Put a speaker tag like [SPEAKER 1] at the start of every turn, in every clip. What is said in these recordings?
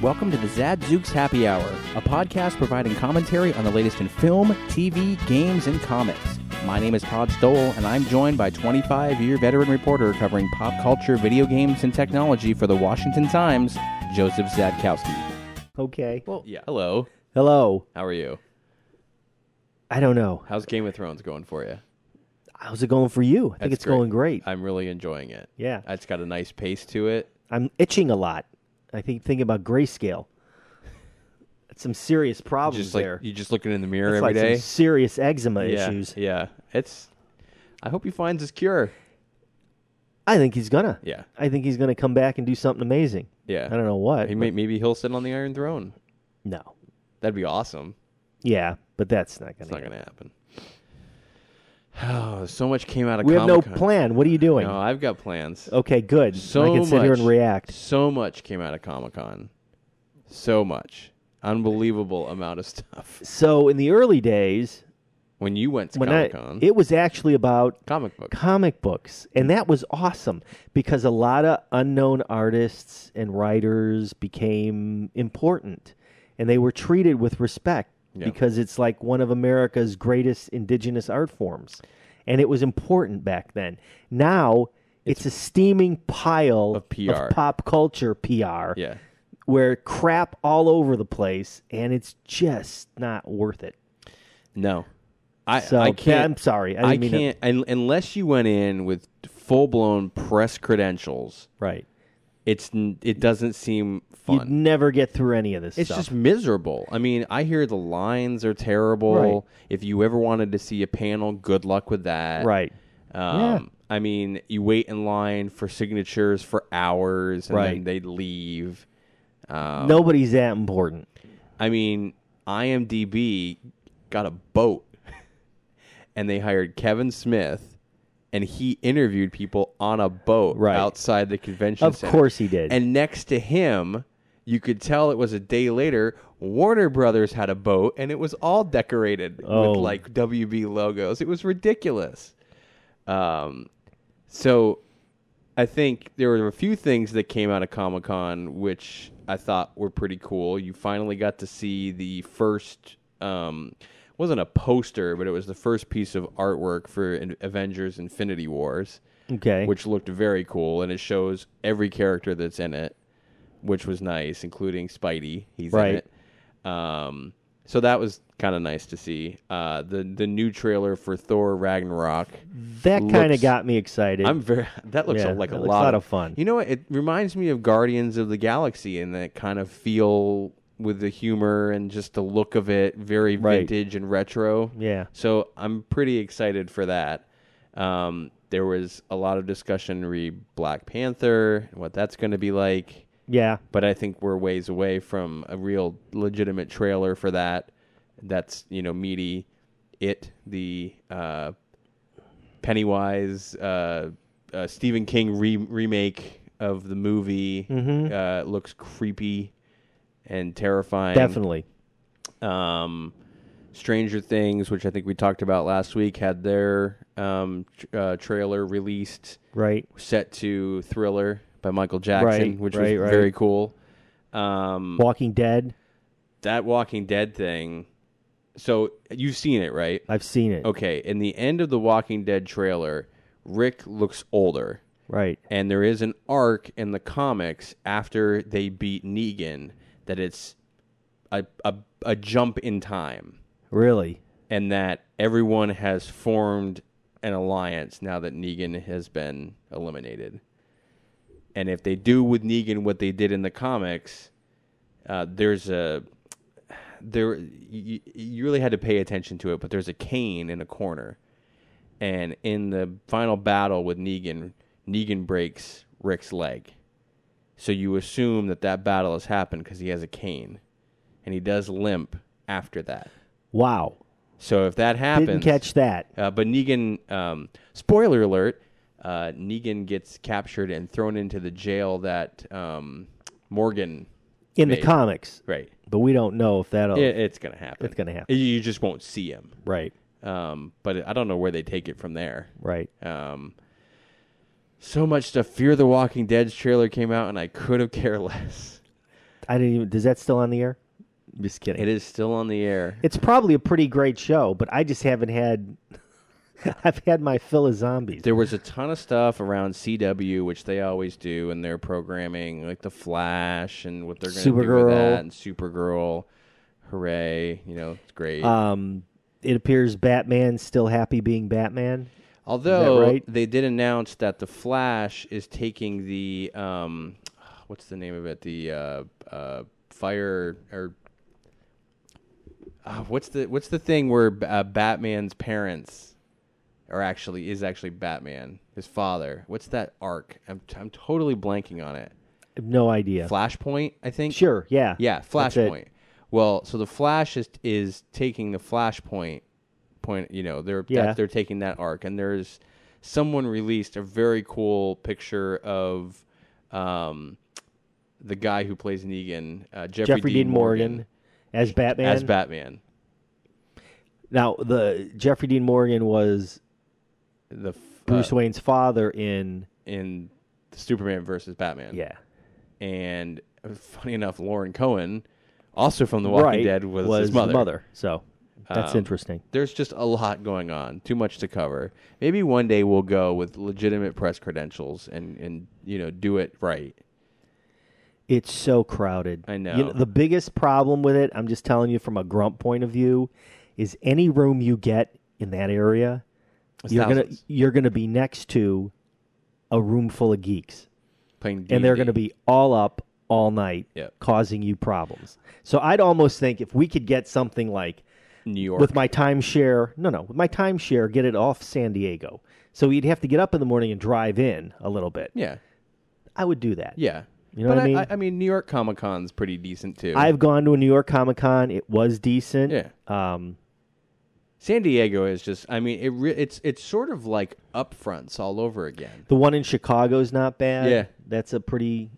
[SPEAKER 1] welcome to the Zadzooks Happy Hour, a podcast providing commentary on the latest in film, TV, games, and comics. My name is Todd Stoll, and I'm joined by 25 year veteran reporter covering pop culture, video games, and technology for the Washington Times, Joseph Zadkowski.
[SPEAKER 2] Okay.
[SPEAKER 1] Well, yeah. Hello.
[SPEAKER 2] Hello.
[SPEAKER 1] How are you?
[SPEAKER 2] I don't know.
[SPEAKER 1] How's Game of Thrones going for you?
[SPEAKER 2] How's it going for you? I think
[SPEAKER 1] That's
[SPEAKER 2] it's going great.
[SPEAKER 1] I'm really enjoying it.
[SPEAKER 2] Yeah.
[SPEAKER 1] It's got a nice pace to it.
[SPEAKER 2] I'm itching a lot. I think thinking about grayscale. That's some serious problems
[SPEAKER 1] Just like
[SPEAKER 2] there.
[SPEAKER 1] you just looking in the mirror
[SPEAKER 2] It's like
[SPEAKER 1] every day.
[SPEAKER 2] some serious eczema
[SPEAKER 1] yeah,
[SPEAKER 2] issues.
[SPEAKER 1] Yeah. It's I hope he finds his cure.
[SPEAKER 2] I think he's gonna.
[SPEAKER 1] Yeah.
[SPEAKER 2] I think he's gonna come back and do something amazing.
[SPEAKER 1] Yeah.
[SPEAKER 2] I don't know what.
[SPEAKER 1] He
[SPEAKER 2] but
[SPEAKER 1] may, maybe he'll sit on the Iron Throne.
[SPEAKER 2] no.
[SPEAKER 1] That'd be awesome.
[SPEAKER 2] Yeah, but that's not gonna.
[SPEAKER 1] It's not
[SPEAKER 2] happen.
[SPEAKER 1] gonna happen. Oh, so much came out of
[SPEAKER 2] We have no
[SPEAKER 1] Comic-Con.
[SPEAKER 2] plan. Oh. What are you doing?
[SPEAKER 1] No, I've got plans.
[SPEAKER 2] Okay, good.
[SPEAKER 1] So
[SPEAKER 2] I can sit here and
[SPEAKER 1] much.
[SPEAKER 2] react.
[SPEAKER 1] So much came out of Comic Con. So much. Unbelievable amount of stuff.
[SPEAKER 2] So in the early days,
[SPEAKER 1] When you went to
[SPEAKER 2] when I,
[SPEAKER 1] Comic Con,
[SPEAKER 2] it was actually about
[SPEAKER 1] comic book.
[SPEAKER 2] comic books and that was awesome because a lot of unknown artists and writers became important and they were treated with respect
[SPEAKER 1] Yeah.
[SPEAKER 2] because it's like one of america's greatest indigenous art forms and it was important back then now it's, a steaming pile
[SPEAKER 1] Of PR.
[SPEAKER 2] pop culture pr
[SPEAKER 1] Yeah.
[SPEAKER 2] where crap all over the place and it's just not worth it
[SPEAKER 1] No. I,
[SPEAKER 2] so
[SPEAKER 1] I can't.
[SPEAKER 2] i'm sorry i,
[SPEAKER 1] I,
[SPEAKER 2] didn't mean
[SPEAKER 1] can't un, unless you went in with full blown press credentials.
[SPEAKER 2] it right
[SPEAKER 1] It's n- it doesn't seem
[SPEAKER 2] You'd
[SPEAKER 1] fun.
[SPEAKER 2] never get through any of this
[SPEAKER 1] It's
[SPEAKER 2] stuff.
[SPEAKER 1] just miserable. I mean, I hear the lines are terrible.
[SPEAKER 2] Right.
[SPEAKER 1] If you ever wanted to see a panel, good luck with that.
[SPEAKER 2] Right.
[SPEAKER 1] Um,
[SPEAKER 2] Yeah.
[SPEAKER 1] I mean, you wait in line for signatures for hours, and then
[SPEAKER 2] Right.
[SPEAKER 1] they leave. Um,
[SPEAKER 2] Nobody's that important.
[SPEAKER 1] I mean, IMDb got a boat, and they hired Kevin Smith, and he interviewed people on a boat
[SPEAKER 2] Right.
[SPEAKER 1] outside the convention.
[SPEAKER 2] Of
[SPEAKER 1] center.
[SPEAKER 2] course he did.
[SPEAKER 1] And next to him, you could tell it was a day later. Warner Brothers had a boat, and it was all decorated
[SPEAKER 2] Oh.
[SPEAKER 1] with like WB logos. It was ridiculous. Um, so I think there were a few things that came out of Comic Con which I thought were pretty cool. You finally got to see the first um it wasn't a poster, but it was the first piece of artwork for In- Avengers Infinity Wars,
[SPEAKER 2] Okay.
[SPEAKER 1] which looked very cool and it shows every character that's in it, which was nice, including Spidey. He's in
[SPEAKER 2] Right.
[SPEAKER 1] it. Um so that was kind of nice to see. Uh, the the new trailer for Thor Ragnarok
[SPEAKER 2] that kind of
[SPEAKER 1] looks-
[SPEAKER 2] got me excited.
[SPEAKER 1] I'm very. That looks
[SPEAKER 2] Yeah,
[SPEAKER 1] like a
[SPEAKER 2] that looks
[SPEAKER 1] lot,
[SPEAKER 2] a lot of fun.
[SPEAKER 1] You know what? It reminds me of Guardians of the Galaxy and that kind of feel with the humor and just the look of it, very
[SPEAKER 2] Right.
[SPEAKER 1] vintage and retro.
[SPEAKER 2] Yeah.
[SPEAKER 1] So I'm pretty excited for that. Um, there was a lot of discussion re Black Panther and what that's going to be like,
[SPEAKER 2] yeah.
[SPEAKER 1] but I think we're ways away from a real legitimate trailer for that. That's you know meaty. It the uh, Pennywise, uh, uh, Stephen King re- remake of the movie uh, looks creepy and terrifying.
[SPEAKER 2] Definitely.
[SPEAKER 1] Um, Stranger Things, which I think we talked about last week, had their um, tr- uh, trailer released,
[SPEAKER 2] Right.
[SPEAKER 1] set to Thriller by Michael Jackson,
[SPEAKER 2] Right,
[SPEAKER 1] which
[SPEAKER 2] right,
[SPEAKER 1] was
[SPEAKER 2] right.
[SPEAKER 1] very cool. Um,
[SPEAKER 2] Walking Dead.
[SPEAKER 1] that Walking Dead thing. So you've seen it, right?
[SPEAKER 2] I've seen it.
[SPEAKER 1] Okay, in the end of the Walking Dead trailer, Rick looks older,
[SPEAKER 2] Right.
[SPEAKER 1] and there is an arc in the comics after they beat Negan that it's a a, a jump in time,
[SPEAKER 2] Really.
[SPEAKER 1] and that everyone has formed an alliance now that Negan has been eliminated. And if they do with Negan what they did in the comics, uh, there's a there you, you really had to pay attention to it, but there's a cane in a corner, and in the final battle with Negan, Negan breaks Rick's leg, so you assume that that battle has happened because he has a cane, and he does limp after that.
[SPEAKER 2] Wow.
[SPEAKER 1] So if that happens,
[SPEAKER 2] Didn't catch that.
[SPEAKER 1] uh, but Negan, um, spoiler alert, uh, Negan gets captured and thrown into the jail that um, Morgan.
[SPEAKER 2] In the
[SPEAKER 1] made.
[SPEAKER 2] comics.
[SPEAKER 1] Right.
[SPEAKER 2] But we don't know if that'll.
[SPEAKER 1] It, it's going to happen.
[SPEAKER 2] It's gonna happen.
[SPEAKER 1] You- You just won't see him.
[SPEAKER 2] Right.
[SPEAKER 1] Um, but I don't know where they take it from there.
[SPEAKER 2] Right.
[SPEAKER 1] Um, so much stuff. Fear the Walking Dead's trailer came out, and I could have cared less.
[SPEAKER 2] I didn't even. Is that still on the air? I'm just kidding.
[SPEAKER 1] It is still on the air.
[SPEAKER 2] It's probably a pretty great show, but I just haven't had. I've had my fill of zombies.
[SPEAKER 1] There was a ton of stuff around CW, which they always do in their programming, like The Flash and what they're going to do with
[SPEAKER 2] Supergirl.
[SPEAKER 1] that, and Supergirl. Hooray! You know, it's great.
[SPEAKER 2] Um, it appears Batman's still happy being Batman.
[SPEAKER 1] Although
[SPEAKER 2] right?
[SPEAKER 1] they did announce that the Flash is taking the um, what's the name of it? The uh, uh, fire or uh, what's the what's the thing where uh, Batman's parents are actually is actually Batman, his father. What's that arc? I'm I'm totally blanking on it.
[SPEAKER 2] I have no idea.
[SPEAKER 1] Flashpoint, I think.
[SPEAKER 2] Sure. Yeah.
[SPEAKER 1] Yeah,
[SPEAKER 2] That's it.
[SPEAKER 1] Flashpoint. Well, so the Flash is is taking the Flashpoint point. You know, they're
[SPEAKER 2] Yeah.
[SPEAKER 1] that, they're taking that arc, and there's someone released a very cool picture of um, the guy who plays Negan, uh, Jeffrey,
[SPEAKER 2] Jeffrey Dean Morgan, as Batman.
[SPEAKER 1] as Batman,
[SPEAKER 2] now the Jeffrey Dean Morgan was
[SPEAKER 1] the f-
[SPEAKER 2] Bruce
[SPEAKER 1] uh,
[SPEAKER 2] Wayne's father in
[SPEAKER 1] in Superman versus Batman.
[SPEAKER 2] yeah
[SPEAKER 1] and uh, funny enough, Lauren Cohen, also from The Walking
[SPEAKER 2] right
[SPEAKER 1] Dead, was, his
[SPEAKER 2] So that's
[SPEAKER 1] Um,
[SPEAKER 2] interesting.
[SPEAKER 1] there's just a lot going on, too much to cover. Maybe one day we'll go with legitimate press credentials and and you know do it right.
[SPEAKER 2] It's so crowded.
[SPEAKER 1] I
[SPEAKER 2] You
[SPEAKER 1] know.
[SPEAKER 2] the biggest problem with it, I'm just telling you from a grump point of view, is any room you get in that area,
[SPEAKER 1] It's
[SPEAKER 2] you're going to
[SPEAKER 1] thousands.
[SPEAKER 2] you're going to be next to a room full of geeks.
[SPEAKER 1] Playing
[SPEAKER 2] and they're
[SPEAKER 1] D&D.
[SPEAKER 2] going to be all up all night,
[SPEAKER 1] Yep.
[SPEAKER 2] causing you problems. So I'd almost think if we could get something like
[SPEAKER 1] New York.
[SPEAKER 2] with my timeshare, no, no, with my timeshare, get it off San Diego. So you'd have to get up in the morning and drive in a little bit.
[SPEAKER 1] yeah,
[SPEAKER 2] I would do that.
[SPEAKER 1] yeah.
[SPEAKER 2] You know
[SPEAKER 1] but
[SPEAKER 2] what I mean?
[SPEAKER 1] I, I mean, New York Comic Con's pretty decent too.
[SPEAKER 2] I've gone to a New York Comic Con. It was decent.
[SPEAKER 1] Yeah.
[SPEAKER 2] Um,
[SPEAKER 1] San Diego is just. I mean, it re- it's it's sort of like upfronts all over again.
[SPEAKER 2] the one in Chicago's not bad.
[SPEAKER 1] Yeah.
[SPEAKER 2] That's a pretty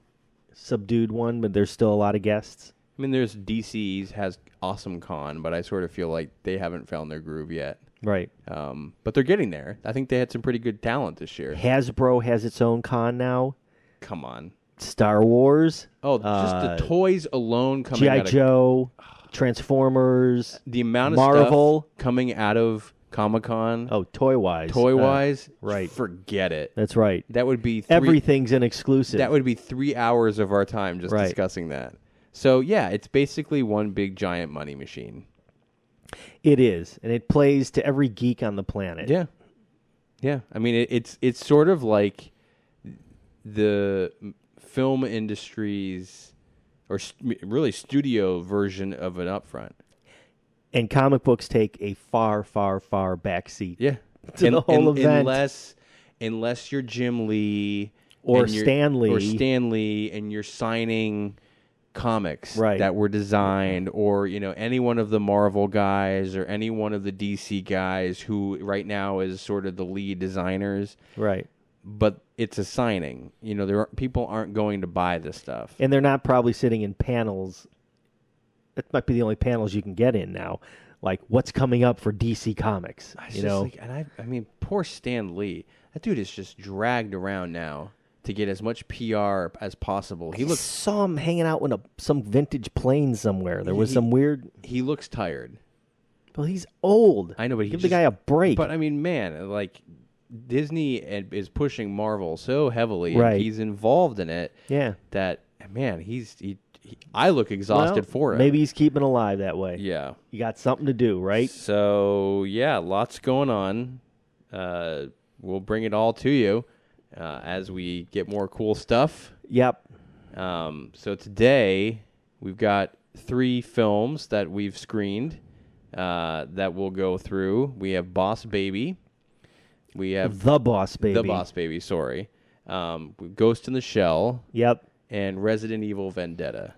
[SPEAKER 2] subdued one, but there's still a lot of guests.
[SPEAKER 1] I mean, there's DC's has awesome con, but I sort of feel like they haven't found their groove yet.
[SPEAKER 2] Right.
[SPEAKER 1] Um, but they're getting there. I think they had some pretty good talent this year.
[SPEAKER 2] Hasbro has its own con now.
[SPEAKER 1] Come on.
[SPEAKER 2] Star Wars.
[SPEAKER 1] Oh, just
[SPEAKER 2] Uh,
[SPEAKER 1] the toys alone coming
[SPEAKER 2] G.I.
[SPEAKER 1] out of
[SPEAKER 2] Joe, Transformers.
[SPEAKER 1] the amount of
[SPEAKER 2] Marvel.
[SPEAKER 1] stuff coming out of Comic Con,
[SPEAKER 2] Oh, Toy Wise.
[SPEAKER 1] toy wise,
[SPEAKER 2] right.
[SPEAKER 1] Forget it.
[SPEAKER 2] that's right.
[SPEAKER 1] That would be three,
[SPEAKER 2] Everything's an exclusive.
[SPEAKER 1] That would be three hours of our time just
[SPEAKER 2] Right.
[SPEAKER 1] discussing that. So yeah, it's basically one big giant money machine.
[SPEAKER 2] it is, and it plays to every geek on the planet.
[SPEAKER 1] Yeah, yeah. I mean, it, it's it's sort of like the m- film industry's or st- really studio version of an upfront.
[SPEAKER 2] And comic books take a far, far, far back seat.
[SPEAKER 1] Yeah,
[SPEAKER 2] To the whole event.
[SPEAKER 1] Unless, unless you're Jim Lee
[SPEAKER 2] Or
[SPEAKER 1] and you're-
[SPEAKER 2] Stan Lee.
[SPEAKER 1] or Stan Lee, and you're signing comics
[SPEAKER 2] Right.
[SPEAKER 1] that were designed, or you know any one of the Marvel guys or any one of the DC guys who right now is sort of the lead designers.
[SPEAKER 2] Right.
[SPEAKER 1] But it's a signing. You know, there are, people aren't going to buy this stuff.
[SPEAKER 2] And they're not probably sitting in panels. That might be the only panels you can get in now. Like what's coming up for DC Comics?
[SPEAKER 1] It's
[SPEAKER 2] You
[SPEAKER 1] just
[SPEAKER 2] know,
[SPEAKER 1] like- and I, I mean, poor Stan Lee. That dude is just dragged around now to get as much PR as possible. He
[SPEAKER 2] I
[SPEAKER 1] looks
[SPEAKER 2] saw him hanging out in a some vintage plane somewhere. There was
[SPEAKER 1] He-
[SPEAKER 2] some weird.
[SPEAKER 1] he looks tired.
[SPEAKER 2] Well, he's old.
[SPEAKER 1] I know, but he
[SPEAKER 2] give the
[SPEAKER 1] just-
[SPEAKER 2] guy a break.
[SPEAKER 1] But I mean, man, like Disney and- is pushing Marvel so heavily, and
[SPEAKER 2] Right.
[SPEAKER 1] he's involved in it.
[SPEAKER 2] yeah.
[SPEAKER 1] That man, he's he. he I look exhausted
[SPEAKER 2] Well,
[SPEAKER 1] for it.
[SPEAKER 2] Maybe he's keeping alive that way.
[SPEAKER 1] Yeah.
[SPEAKER 2] You got something to do, right?
[SPEAKER 1] So yeah, lots going on. Uh, we'll bring it all to you uh, as we get more cool stuff.
[SPEAKER 2] Yep.
[SPEAKER 1] Um, so today we've got three films that we've screened uh, that we'll go through. We have Boss Baby. We have
[SPEAKER 2] The boss baby.
[SPEAKER 1] The Boss Baby. Sorry, um, Ghost in the Shell
[SPEAKER 2] Yep.
[SPEAKER 1] and Resident Evil Vendetta.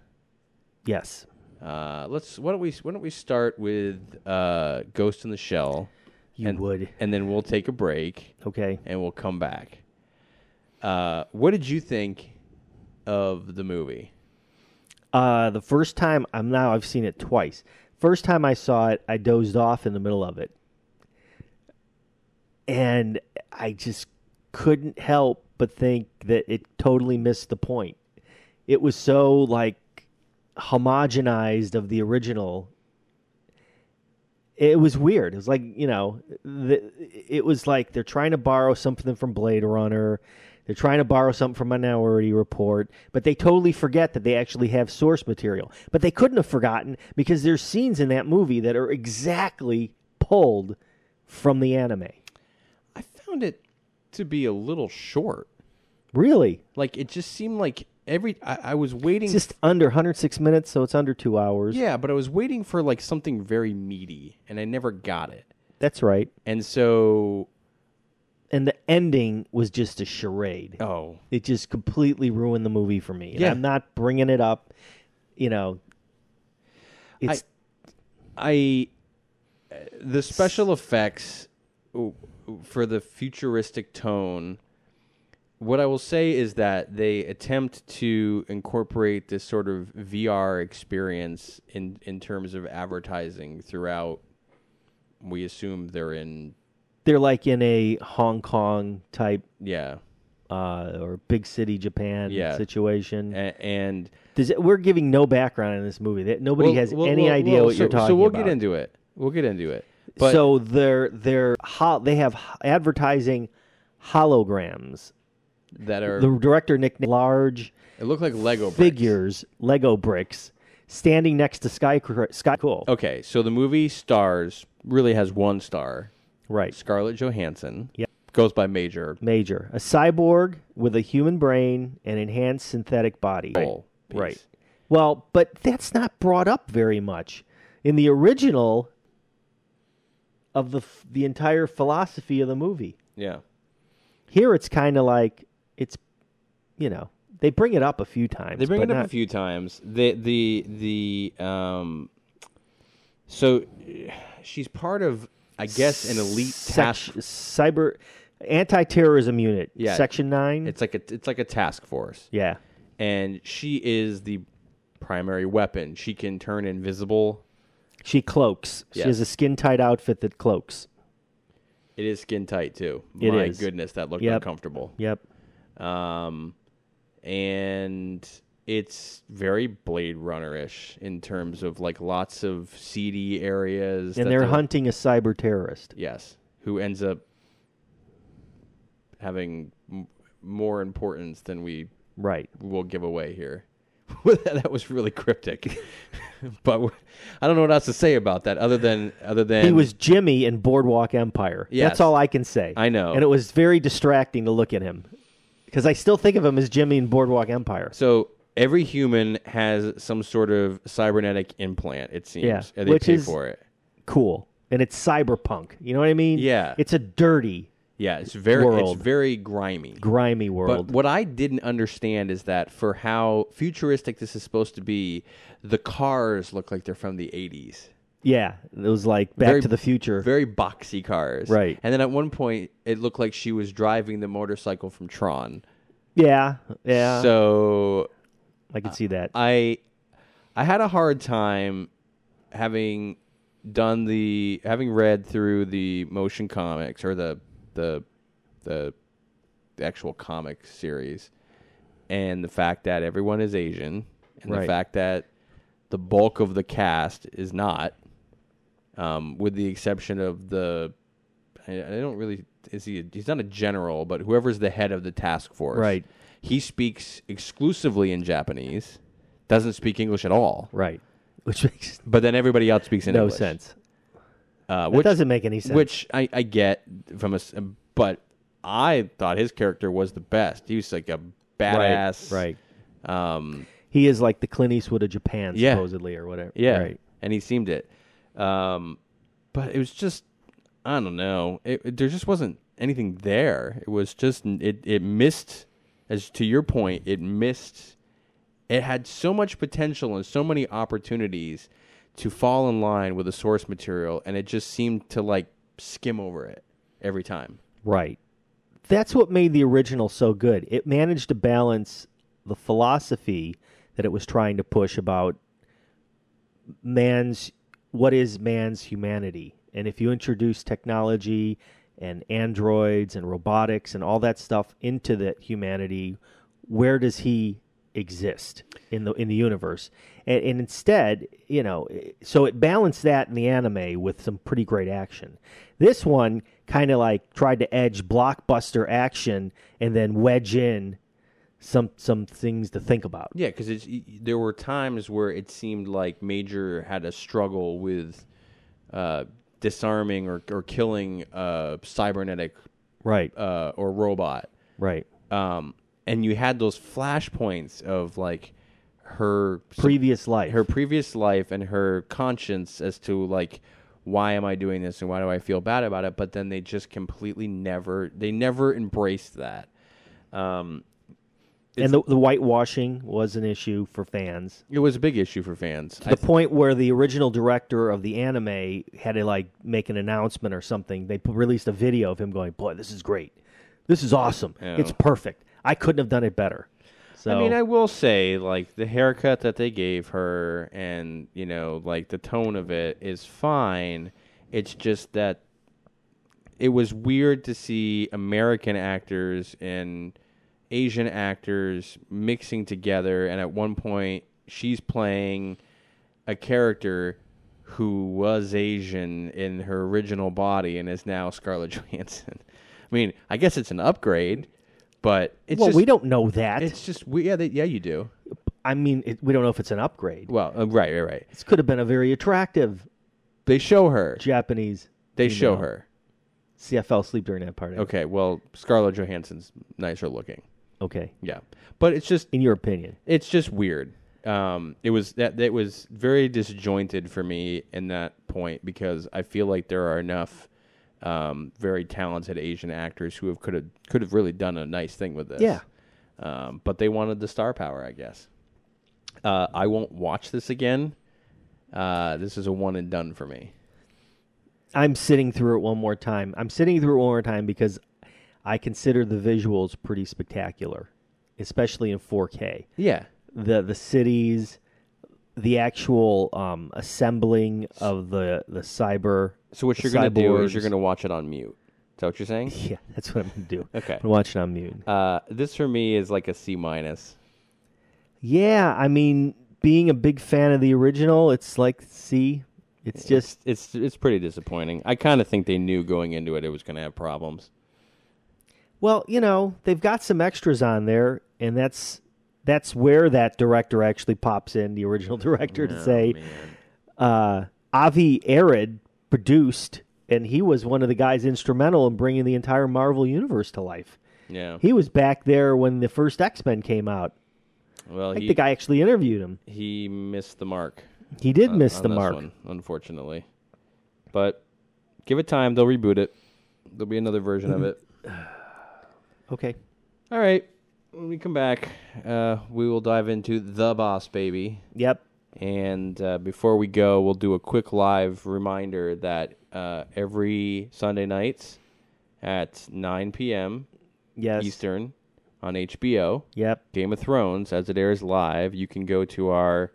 [SPEAKER 2] Yes.
[SPEAKER 1] Uh, let's. Why don't we? Why don't we start with uh, Ghost in the Shell,
[SPEAKER 2] You
[SPEAKER 1] And-
[SPEAKER 2] would.
[SPEAKER 1] and then we'll take a break
[SPEAKER 2] Okay.
[SPEAKER 1] and we'll come back. Uh, what did you think of the movie?
[SPEAKER 2] Uh, the first time I'm now I've seen it twice. First time I saw it, I dozed off in the middle of it, and I just couldn't help but think that it totally missed the point. It was so like homogenized of the original it was weird it was like you know the, it was like they're trying to borrow something from blade runner they're trying to borrow something from minority report but they totally forget that they actually have source material but they couldn't have forgotten because there's scenes in that movie that are exactly pulled from the anime
[SPEAKER 1] I found it to be a little short.
[SPEAKER 2] really
[SPEAKER 1] Like it just seemed like every I, I was waiting.
[SPEAKER 2] it's just under 106 minutes so it's under two hours
[SPEAKER 1] yeah, but I was waiting for like something very meaty, and I never got it.
[SPEAKER 2] that's right
[SPEAKER 1] And so,
[SPEAKER 2] and the ending was just a charade
[SPEAKER 1] oh,
[SPEAKER 2] it just completely ruined the movie for me. And
[SPEAKER 1] Yeah.
[SPEAKER 2] I'm not bringing it up. You know, it's
[SPEAKER 1] I uh, the special effects ooh, ooh, for the futuristic tone. What I will say is that they attempt to incorporate this sort of VR experience in in terms of advertising throughout. We assume they're in
[SPEAKER 2] they're like in a Hong Kong type
[SPEAKER 1] yeah,
[SPEAKER 2] uh, or big city Japan
[SPEAKER 1] Yeah.
[SPEAKER 2] situation.
[SPEAKER 1] a- and
[SPEAKER 2] Does it, we're giving no background on this movie. That nobody
[SPEAKER 1] Well,
[SPEAKER 2] has
[SPEAKER 1] well,
[SPEAKER 2] any
[SPEAKER 1] well,
[SPEAKER 2] idea
[SPEAKER 1] well,
[SPEAKER 2] what
[SPEAKER 1] so,
[SPEAKER 2] you're talking
[SPEAKER 1] So we'll
[SPEAKER 2] about.
[SPEAKER 1] get into it. We'll get into it. But
[SPEAKER 2] so they're they're ho- they have h- advertising holograms.
[SPEAKER 1] that are
[SPEAKER 2] The director nicknamed large
[SPEAKER 1] it looked like Lego bricks.
[SPEAKER 2] figures, Lego bricks, standing next to sky sky cool.
[SPEAKER 1] Okay, so the movie stars really has one star,
[SPEAKER 2] Right.
[SPEAKER 1] Scarlett Johansson.
[SPEAKER 2] Yep.
[SPEAKER 1] Goes by Major.
[SPEAKER 2] Major, a cyborg with a human brain and enhanced synthetic body.
[SPEAKER 1] Bowl piece.
[SPEAKER 2] Right. Well, but that's not brought up very much in the original of the f- the entire philosophy of the movie.
[SPEAKER 1] Yeah.
[SPEAKER 2] Here it's kind of like it's you know, they bring it up a few times.
[SPEAKER 1] They bring
[SPEAKER 2] but
[SPEAKER 1] it up
[SPEAKER 2] not-
[SPEAKER 1] a few times. The the the um so eh, she's part of I guess an elite task
[SPEAKER 2] Sec- cyber anti-terrorism unit,
[SPEAKER 1] Yeah.
[SPEAKER 2] section 9.
[SPEAKER 1] it's like a it's like a task force.
[SPEAKER 2] yeah.
[SPEAKER 1] And she is the primary weapon. She can turn invisible.
[SPEAKER 2] She cloaks.
[SPEAKER 1] Yes.
[SPEAKER 2] She has a skin-tight outfit that cloaks.
[SPEAKER 1] It is skin tight too.
[SPEAKER 2] It
[SPEAKER 1] My
[SPEAKER 2] is.
[SPEAKER 1] goodness, that looked
[SPEAKER 2] Yep.
[SPEAKER 1] uncomfortable.
[SPEAKER 2] Yep.
[SPEAKER 1] Um, and it's very Blade Runner ish in terms of like lots of seedy areas. that
[SPEAKER 2] And they're hunting a cyber terrorist.
[SPEAKER 1] Yes, who ends up having m- more importance than we
[SPEAKER 2] Right.
[SPEAKER 1] will give away here. that was really cryptic, but we- I don't know what else to say about that other than other than
[SPEAKER 2] He was Jimmy in Boardwalk Empire.
[SPEAKER 1] Yes.
[SPEAKER 2] That's all I can say.
[SPEAKER 1] I know.
[SPEAKER 2] And it was very distracting to look at him because I still think of him as Jimmy in Boardwalk Empire.
[SPEAKER 1] So every human has some sort of cybernetic implant. It seems.
[SPEAKER 2] Yeah,
[SPEAKER 1] and they
[SPEAKER 2] which
[SPEAKER 1] pay
[SPEAKER 2] is-
[SPEAKER 1] for it.
[SPEAKER 2] Cool. And it's cyberpunk. You know what I mean?
[SPEAKER 1] Yeah.
[SPEAKER 2] It's a dirty,
[SPEAKER 1] Yeah, it's very
[SPEAKER 2] world.
[SPEAKER 1] it's very grimy.
[SPEAKER 2] grimy
[SPEAKER 1] But
[SPEAKER 2] world.
[SPEAKER 1] what I didn't understand is that for how futuristic this is supposed to be, the cars look like they're from the 80s.
[SPEAKER 2] yeah. It was like Back
[SPEAKER 1] Very-
[SPEAKER 2] to the Future.
[SPEAKER 1] Very boxy cars.
[SPEAKER 2] Right.
[SPEAKER 1] And then at one point it looked like she was driving the motorcycle from Tron.
[SPEAKER 2] yeah. Yeah.
[SPEAKER 1] So
[SPEAKER 2] I could see that.
[SPEAKER 1] I I had a hard time having done the having read through the motion comics or the the the, the actual comic series and the fact that everyone is Asian and the
[SPEAKER 2] Right.
[SPEAKER 1] fact that the bulk of the cast is not um, with the exception of the I, I don't really is he he's not a general but whoever's the head of the task force
[SPEAKER 2] Right.
[SPEAKER 1] he speaks exclusively in Japanese doesn't speak English at all
[SPEAKER 2] right. Which makes
[SPEAKER 1] but then everybody else speaks in
[SPEAKER 2] no
[SPEAKER 1] English
[SPEAKER 2] sense.
[SPEAKER 1] uh,
[SPEAKER 2] It
[SPEAKER 1] which
[SPEAKER 2] doesn't make any sense.
[SPEAKER 1] which I, I get from a s- but I thought his character was the best he was like a
[SPEAKER 2] right,
[SPEAKER 1] badass
[SPEAKER 2] right.
[SPEAKER 1] um
[SPEAKER 2] He is like the Clint Eastwood of Japan,
[SPEAKER 1] Yeah.
[SPEAKER 2] supposedly, or whatever.
[SPEAKER 1] Yeah.
[SPEAKER 2] Right.
[SPEAKER 1] And he seemed it. Um, but it was just, I don't know. It, it- there just wasn't anything there. It was just, it, it missed, as to your point, it missed, it had so much potential and so many opportunities to fall in line with the source material. And it just seemed to like skim over it every time.
[SPEAKER 2] Right. That's what made the original so good. It managed to balance the philosophy that it was trying to push about man's what is man's humanity. And if you introduce technology and androids and robotics and all that stuff into that humanity, where does he exist in the in the universe, and, and instead, you know, so it balanced that in the anime with some pretty great action. This one kind of like tried to edge blockbuster action and then wedge in some some things to think about.
[SPEAKER 1] Yeah, because it's y- y- there were times where it seemed like Major had a struggle with uh, disarming or or killing a cybernetic
[SPEAKER 2] Right,
[SPEAKER 1] uh, or robot,
[SPEAKER 2] right.
[SPEAKER 1] um, and you had those flashpoints of like her
[SPEAKER 2] Previous life.
[SPEAKER 1] her previous life and her conscience as to like why am I doing this and why do I feel bad about it? But then they just completely never they never embraced that. Um,
[SPEAKER 2] and the, the whitewashing was an issue for fans.
[SPEAKER 1] it was a big issue for fans.
[SPEAKER 2] the point where the original director of the anime had to like make an announcement or something. They p- released a video of him going, "Boy, this is great. This is awesome. It's perfect. I couldn't have done it better." So
[SPEAKER 1] I mean, I will say, like, the haircut that they gave her and, you know, like, the tone of it is fine. It's just that it was weird to see American actors and Asian actors mixing together. And at one point, she's playing a character who was Asian in her original body and is now Scarlett Johansson. I mean, I guess it's an upgrade, but it's
[SPEAKER 2] well,
[SPEAKER 1] just.
[SPEAKER 2] we don't know that.
[SPEAKER 1] It's just we yeah they, yeah you do.
[SPEAKER 2] I mean, it, we don't know if it's an upgrade.
[SPEAKER 1] Well, uh, right, right, right.
[SPEAKER 2] This could have been a very attractive
[SPEAKER 1] They show her.
[SPEAKER 2] Japanese.
[SPEAKER 1] They
[SPEAKER 2] female.
[SPEAKER 1] show her.
[SPEAKER 2] See, I fell asleep during that part.
[SPEAKER 1] Okay, well, Scarlett Johansson's nicer looking.
[SPEAKER 2] Okay.
[SPEAKER 1] Yeah, but it's just
[SPEAKER 2] In your opinion,
[SPEAKER 1] it's just weird. Um, it was that that was very disjointed for me in that point because I feel like there are enough um, very talented Asian actors who have could have could have really done a nice thing with this.
[SPEAKER 2] Yeah.
[SPEAKER 1] Um, but they wanted the star power, I guess. Uh, I won't watch this again. Uh, this is a one and done for me.
[SPEAKER 2] I'm sitting through it one more time. I'm sitting through it one more time because I consider the visuals pretty spectacular, especially in 4K.
[SPEAKER 1] Yeah.
[SPEAKER 2] the the cities, the actual um, assembling of the the cyber.
[SPEAKER 1] So what
[SPEAKER 2] the
[SPEAKER 1] you're gonna do
[SPEAKER 2] cyborgs.
[SPEAKER 1] is you're gonna watch it on mute. Is that what you're saying?
[SPEAKER 2] yeah, that's what I'm gonna do.
[SPEAKER 1] Okay.
[SPEAKER 2] I'm watching on mute.
[SPEAKER 1] Uh, this for me is like a C minus.
[SPEAKER 2] Yeah, I mean, being a big fan of the original, it's like see, it's just
[SPEAKER 1] it's it's pretty disappointing. I kind of think they knew going into it it was going to have problems.
[SPEAKER 2] well, you know, they've got some extras on there, and that's that's where that director actually pops in, the original director,
[SPEAKER 1] Oh,
[SPEAKER 2] to say, uh, Avi Arad produced, and he was one of the guys instrumental in bringing the entire Marvel universe to life.
[SPEAKER 1] Yeah.
[SPEAKER 2] He was back there when the first X Men came out.
[SPEAKER 1] well,
[SPEAKER 2] I think
[SPEAKER 1] he
[SPEAKER 2] the guy actually interviewed him.
[SPEAKER 1] he missed the mark.
[SPEAKER 2] He did
[SPEAKER 1] on-
[SPEAKER 2] miss
[SPEAKER 1] Uh, on
[SPEAKER 2] the
[SPEAKER 1] this
[SPEAKER 2] mark.
[SPEAKER 1] one, unfortunately. But give it time; they'll reboot it. There'll be another version of it.
[SPEAKER 2] Mm-hmm. Okay.
[SPEAKER 1] All right. When we come back, uh, we will dive into the boss baby.
[SPEAKER 2] Yep.
[SPEAKER 1] And uh, before we go, we'll do a quick live reminder that uh, every Sunday nights at 9 p.m.
[SPEAKER 2] Yes.
[SPEAKER 1] Eastern on HBO,
[SPEAKER 2] Yep.
[SPEAKER 1] Game of Thrones, as it airs live, you can go to our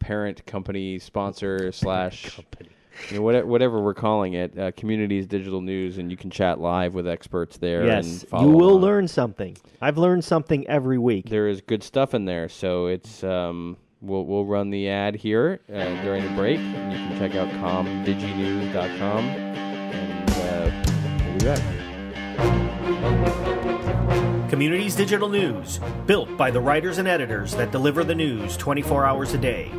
[SPEAKER 1] parent company sponsor slash you know, whatever, whatever we're calling it, uh, Communities Digital News, and you can chat live with experts there.
[SPEAKER 2] Yes.
[SPEAKER 1] and follow
[SPEAKER 2] You will
[SPEAKER 1] along.
[SPEAKER 2] learn something. I've learned something every week.
[SPEAKER 1] There is good stuff in there, so it's um, we'll we'll run the ad here uh, during the break. And you can check out comdiginews.com, and uh, we'll be back.
[SPEAKER 3] Communities Digital News, built by the writers and editors that deliver the news 24 hours a day.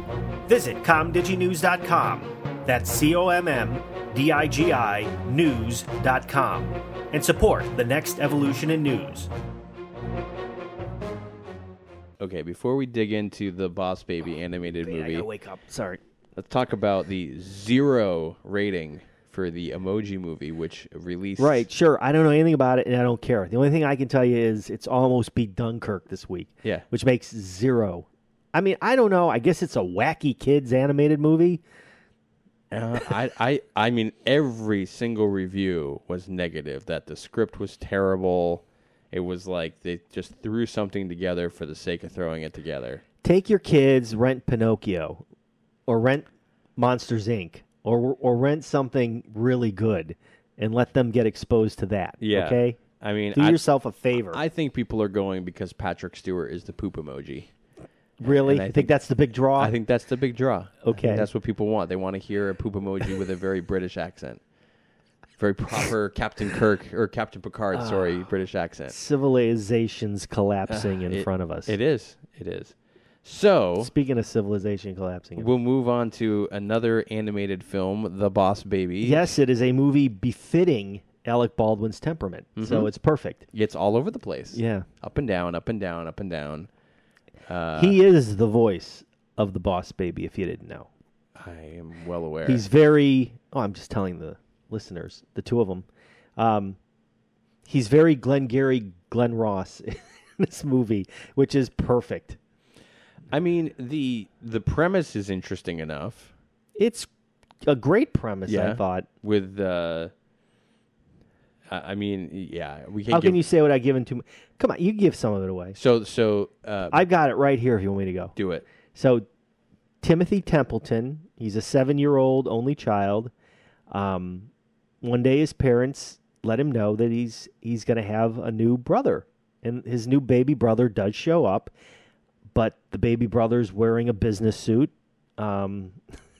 [SPEAKER 3] Visit comdiginews.com. That's C O M M D I G I news.com. And support the next evolution in news.
[SPEAKER 1] Okay, before we dig into the Boss Baby animated
[SPEAKER 3] I
[SPEAKER 1] movie,
[SPEAKER 3] gotta wake up. Sorry.
[SPEAKER 1] Let's talk about the zero rating for the Emoji Movie, which released
[SPEAKER 2] Right. Sure. I don't know anything about it, and I don't care. The only thing I can tell you is it's almost beat Dunkirk this week.
[SPEAKER 1] Yeah.
[SPEAKER 2] Which makes zero. I mean, I don't know. I guess it's a wacky kids animated movie.
[SPEAKER 1] Uh, I, I I mean, every single review was negative. That the script was terrible. It was like they just threw something together for the sake of throwing it together.
[SPEAKER 2] take your kids rent pinocchio or rent monsters inc or or rent something really good and let them get exposed to that
[SPEAKER 1] Yeah.
[SPEAKER 2] okay
[SPEAKER 1] I mean,
[SPEAKER 2] do
[SPEAKER 1] I,
[SPEAKER 2] yourself a favor
[SPEAKER 1] I think people are going because Patrick Stewart is the poop emoji.
[SPEAKER 2] Really?
[SPEAKER 1] And I
[SPEAKER 2] I think,
[SPEAKER 1] think-
[SPEAKER 2] that's the big draw?
[SPEAKER 1] I think that's the big draw. I think
[SPEAKER 2] Uh, Okay.
[SPEAKER 1] that's what people want. They want to hear a poop emoji with a very British accent, very proper Captain Kirk or Captain Picard,
[SPEAKER 2] Ah.
[SPEAKER 1] sorry, British accent.
[SPEAKER 2] civilization's collapsing in
[SPEAKER 1] It-
[SPEAKER 2] front of us.
[SPEAKER 1] It is. It is. So
[SPEAKER 2] Speaking of civilization collapsing. in-
[SPEAKER 1] we'll move on to another animated film, The Boss Baby.
[SPEAKER 2] yes, it is a movie befitting Alec Baldwin's temperament.
[SPEAKER 1] Mm-hmm.
[SPEAKER 2] So it's perfect.
[SPEAKER 1] It's all over the place.
[SPEAKER 2] Yeah.
[SPEAKER 1] Up and down, up and down, up and down.
[SPEAKER 2] he is the voice of the boss baby if you didn't know.
[SPEAKER 1] I am well aware.
[SPEAKER 2] He's very. Oh, I'm just telling the listeners, the two of them. Um, he's very Glenn Gary, Glenn Ross in this movie, which is perfect.
[SPEAKER 1] I mean, the the premise is interesting enough
[SPEAKER 2] It's a great premise, I
[SPEAKER 1] Yeah.
[SPEAKER 2] thought.
[SPEAKER 1] with uh I I mean, yeah, we can't
[SPEAKER 2] How
[SPEAKER 1] give
[SPEAKER 2] can you say what I give him too much? Come on, you give some of it away.
[SPEAKER 1] So so uh
[SPEAKER 2] I've got it right here if you want me to go.
[SPEAKER 1] do it.
[SPEAKER 2] So, Timothy Templeton, he's a seven year old only child. Um, one day, his parents let him know that he's he's going to have a new brother, and his new baby brother does show up, but the baby brother's wearing a business suit. Um,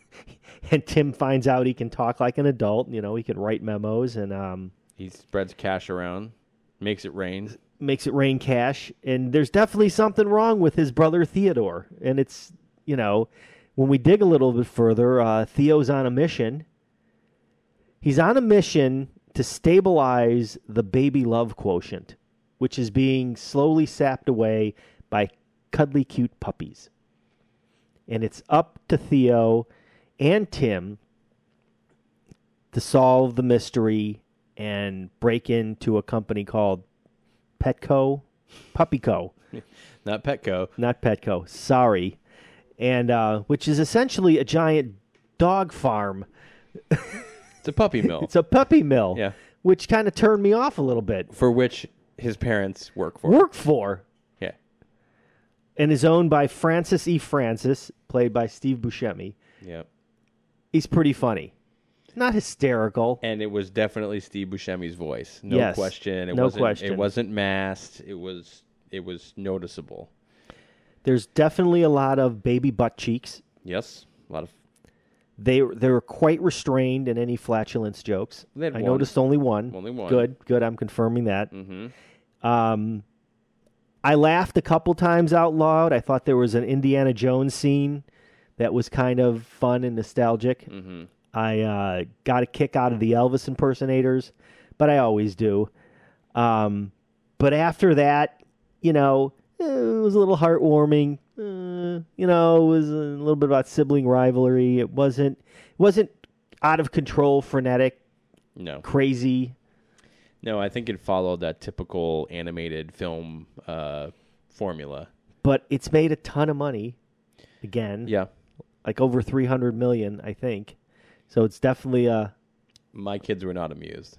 [SPEAKER 2] and Tim finds out he can talk like an adult. You know, he can write memos and um,
[SPEAKER 1] He spreads cash around, makes it rain.
[SPEAKER 2] makes it rain cash and there's definitely something wrong with his brother theodore and it's you know when we dig a little bit further uh, theo's on a mission he's on a mission to stabilize the baby love quotient which is being slowly sapped away by cuddly cute puppies and it's up to theo and tim to solve the mystery and break into a company called Petco, Puppyco,
[SPEAKER 1] Not Petco.
[SPEAKER 2] not Petco. Sorry, and uh, which is essentially a giant dog farm.
[SPEAKER 1] It's a puppy mill
[SPEAKER 2] It's a puppy mill.
[SPEAKER 1] Yeah.
[SPEAKER 2] Which kind of turned me off a little bit.
[SPEAKER 1] for which his parents work for.
[SPEAKER 2] Work for
[SPEAKER 1] Yeah.
[SPEAKER 2] and is owned by Francis E. Francis, played by Steve Buscemi.
[SPEAKER 1] Yep.
[SPEAKER 2] He's pretty funny, not hysterical.
[SPEAKER 1] and it was definitely Steve Buscemi's voice, no
[SPEAKER 2] Yes.
[SPEAKER 1] question. It
[SPEAKER 2] No
[SPEAKER 1] wasn't,
[SPEAKER 2] question.
[SPEAKER 1] It wasn't masked. It was it was noticeable.
[SPEAKER 2] There's definitely a lot of baby butt cheeks.
[SPEAKER 1] Yes, a lot of
[SPEAKER 2] They they were quite restrained in any flatulence jokes.
[SPEAKER 1] They had
[SPEAKER 2] I
[SPEAKER 1] one.
[SPEAKER 2] noticed only one.
[SPEAKER 1] Only one.
[SPEAKER 2] Good, good. I'm confirming that. Mm-hmm. Um, I laughed a couple times out loud. I thought there was an Indiana Jones scene that was kind of fun and nostalgic. Mm-hmm. I uh, got a kick out of the Elvis impersonators, but I always do. Um, but after that, you know, eh, it was a little heartwarming. Uh, you know, it was a little bit about sibling rivalry. It wasn't it wasn't out of control, frenetic,
[SPEAKER 1] no,
[SPEAKER 2] crazy.
[SPEAKER 1] no. I think it followed that typical animated film uh, formula.
[SPEAKER 2] But it's made a ton of money. Again,
[SPEAKER 1] Yeah,
[SPEAKER 2] like over three hundred million, I think. So it's definitely a,
[SPEAKER 1] my kids were not amused.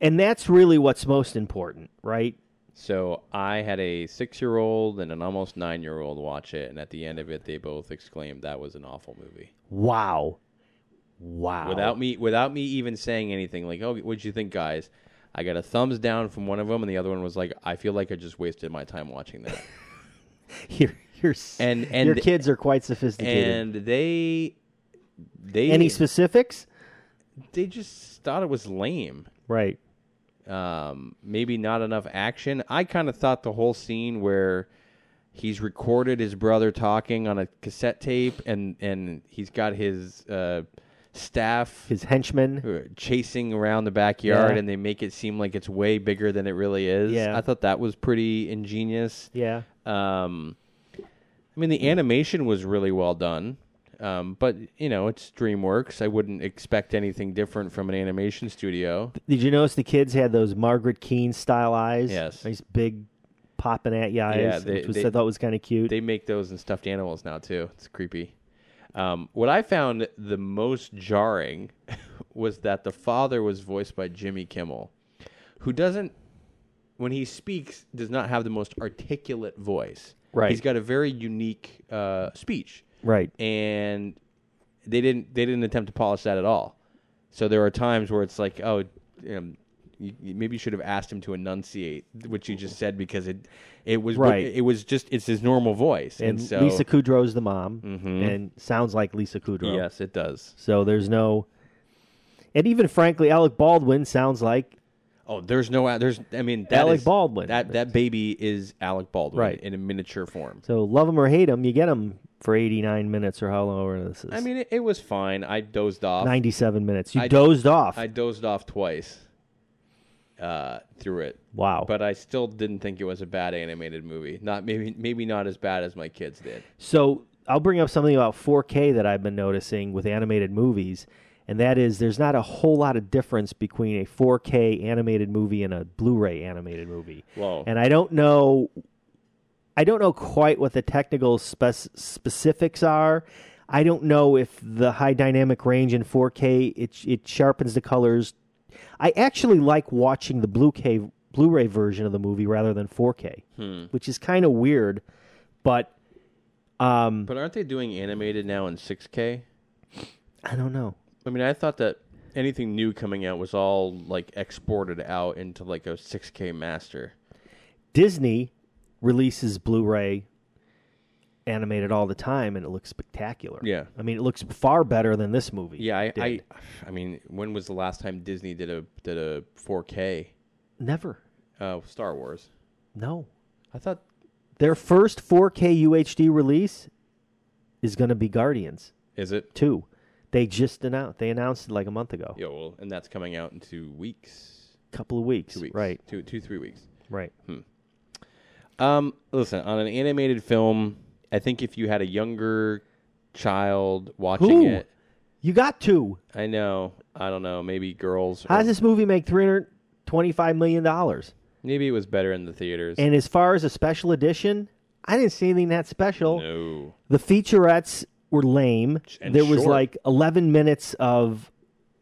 [SPEAKER 2] and that's really what's most important, right?
[SPEAKER 1] So I had a six-year-old and an almost nine-year-old watch it, and at the end of it, they both exclaimed, "That was an awful movie."
[SPEAKER 2] Wow, wow.
[SPEAKER 1] Without me, without me even saying anything, like, "Oh, what'd you think, guys?" I got a thumbs down from one of them, and the other one was like, "I feel like I just wasted my time watching that."
[SPEAKER 2] your your s-
[SPEAKER 1] And- and-
[SPEAKER 2] your kids are quite sophisticated.
[SPEAKER 1] and they they
[SPEAKER 2] Any specifics?
[SPEAKER 1] they just thought it was lame.
[SPEAKER 2] Right.
[SPEAKER 1] Um, maybe not enough action. I kind of thought the whole scene where he's recorded his brother talking on a cassette tape, and and he's got his uh, staff
[SPEAKER 2] His henchmen.
[SPEAKER 1] uh, chasing around the backyard,
[SPEAKER 2] Yeah.
[SPEAKER 1] and they make it seem like it's way bigger than it really is.
[SPEAKER 2] Yeah.
[SPEAKER 1] I thought that was pretty ingenious.
[SPEAKER 2] Yeah.
[SPEAKER 1] Um, I mean, the animation was really well done, um, but you know, it's DreamWorks. I wouldn't expect anything different from an animation studio.
[SPEAKER 2] Did you notice the kids had those Margaret Keane style eyes?
[SPEAKER 1] Yes.
[SPEAKER 2] These big popping at you eyes,
[SPEAKER 1] Yeah, they-
[SPEAKER 2] which was,
[SPEAKER 1] they-
[SPEAKER 2] I thought was kind of cute.
[SPEAKER 1] They make those in stuffed animals now too. It's creepy. Um, what I found the most jarring was that the father was voiced by Jimmy Kimmel, who doesn't, when he speaks, does not have the most articulate voice.
[SPEAKER 2] Right.
[SPEAKER 1] He's got a very unique uh, speech.
[SPEAKER 2] right.
[SPEAKER 1] and they didn't they didn't attempt to polish that at all. So there are times where it's like, oh, um, you, you- maybe you should have asked him to enunciate what you just said because it it was
[SPEAKER 2] Right.
[SPEAKER 1] It was just it's his normal voice, and,
[SPEAKER 2] And
[SPEAKER 1] so Mm-hmm.
[SPEAKER 2] Lisa Kudrow's the mom, and sounds like Lisa Kudrow.
[SPEAKER 1] yes, it does.
[SPEAKER 2] So there's no, and even frankly, Alec Baldwin sounds like
[SPEAKER 1] Oh, there's no there's I mean that
[SPEAKER 2] Alec
[SPEAKER 1] is-
[SPEAKER 2] Baldwin.
[SPEAKER 1] That that baby is Alec Baldwin
[SPEAKER 2] Right.
[SPEAKER 1] in a miniature form.
[SPEAKER 2] so. Love him or hate him, you get him for 89 minutes or how long this is.
[SPEAKER 1] I mean, it, it was fine. I dozed off.
[SPEAKER 2] 97 minutes. You
[SPEAKER 1] I-
[SPEAKER 2] dozed off.
[SPEAKER 1] I dozed off twice uh, through it,
[SPEAKER 2] wow.
[SPEAKER 1] but I still didn't think it was a bad animated movie. Not maybe maybe not as bad as my kids did.
[SPEAKER 2] So I'll bring up something about 4K that I've been noticing with animated movies, and that is there's not a whole lot of difference between a 4K animated movie and a Blu-ray animated movie.
[SPEAKER 1] Whoa.
[SPEAKER 2] And I don't know, I don't know quite what the technical spec- specifics are. I don't know if the high dynamic range in 4K it it sharpens the colors. I actually like watching the Blue K Blu-ray version of the movie rather than 4K, which is kind of weird, but. Um,
[SPEAKER 1] But aren't they doing animated now in 6K?
[SPEAKER 2] I don't know.
[SPEAKER 1] I mean, I thought that anything new coming out was all like exported out into like a 6K master.
[SPEAKER 2] Disney releases Blu-ray animated all the time, and it looks spectacular.
[SPEAKER 1] Yeah.
[SPEAKER 2] I mean, it looks far better than this movie.
[SPEAKER 1] Yeah, I, I,
[SPEAKER 2] did.
[SPEAKER 1] I mean, when was the last time Disney did a did a 4K
[SPEAKER 2] never.
[SPEAKER 1] uh, Star Wars?
[SPEAKER 2] No,
[SPEAKER 1] I thought
[SPEAKER 2] their first 4K UHD release is going to be Guardians
[SPEAKER 1] is it?
[SPEAKER 2] Two. They just announced. They announced it like a month ago.
[SPEAKER 1] Yeah, well, and that's coming out in two weeks.
[SPEAKER 2] couple of weeks.
[SPEAKER 1] Two weeks, Hmm.
[SPEAKER 2] Right.
[SPEAKER 1] Two, two, three weeks.
[SPEAKER 2] Right.
[SPEAKER 1] Um, listen, on an animated film, I think if you had a younger child watching
[SPEAKER 2] Who?
[SPEAKER 1] it,
[SPEAKER 2] You got two.
[SPEAKER 1] I know, I don't know, maybe girls,
[SPEAKER 2] How
[SPEAKER 1] or
[SPEAKER 2] does this movie make three hundred twenty-five million dollars?
[SPEAKER 1] maybe it was better in the theaters.
[SPEAKER 2] And as far as a special edition, I didn't see anything that special.
[SPEAKER 1] no,
[SPEAKER 2] The featurettes were lame.
[SPEAKER 1] And
[SPEAKER 2] there was
[SPEAKER 1] short.
[SPEAKER 2] like 11 minutes of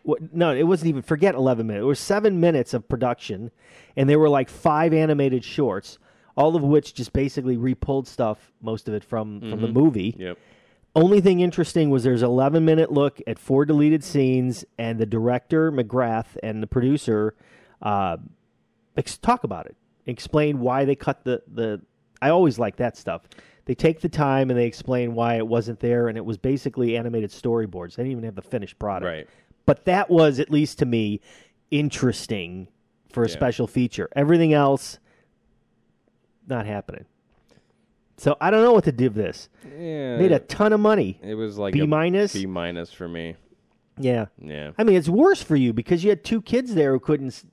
[SPEAKER 2] what no, it wasn't even forget 11 minutes. It was 7 minutes of production and there were like five animated shorts, all of which just basically repulled stuff most of it from from the
[SPEAKER 1] Mm-hmm.
[SPEAKER 2] movie.
[SPEAKER 1] yep,
[SPEAKER 2] Only thing interesting was there's 11 minute look at four deleted scenes and the director McGrath and the producer uh, ex- talk about it, explain why they cut the the. I always like that stuff. They take the time and they explain why it wasn't there, and it was basically animated storyboards. They didn't even have the finished product.
[SPEAKER 1] right.
[SPEAKER 2] But that was, at least to me, interesting for a
[SPEAKER 1] Yeah.
[SPEAKER 2] special feature. Everything else, not happening. So I don't know what to do with this.
[SPEAKER 1] Yeah,
[SPEAKER 2] Made a ton of money.
[SPEAKER 1] it was like
[SPEAKER 2] B
[SPEAKER 1] a
[SPEAKER 2] minus?
[SPEAKER 1] B minus for me.
[SPEAKER 2] Yeah.
[SPEAKER 1] Yeah, I
[SPEAKER 2] I mean, it's worse for you because you had two kids there who couldn't. s-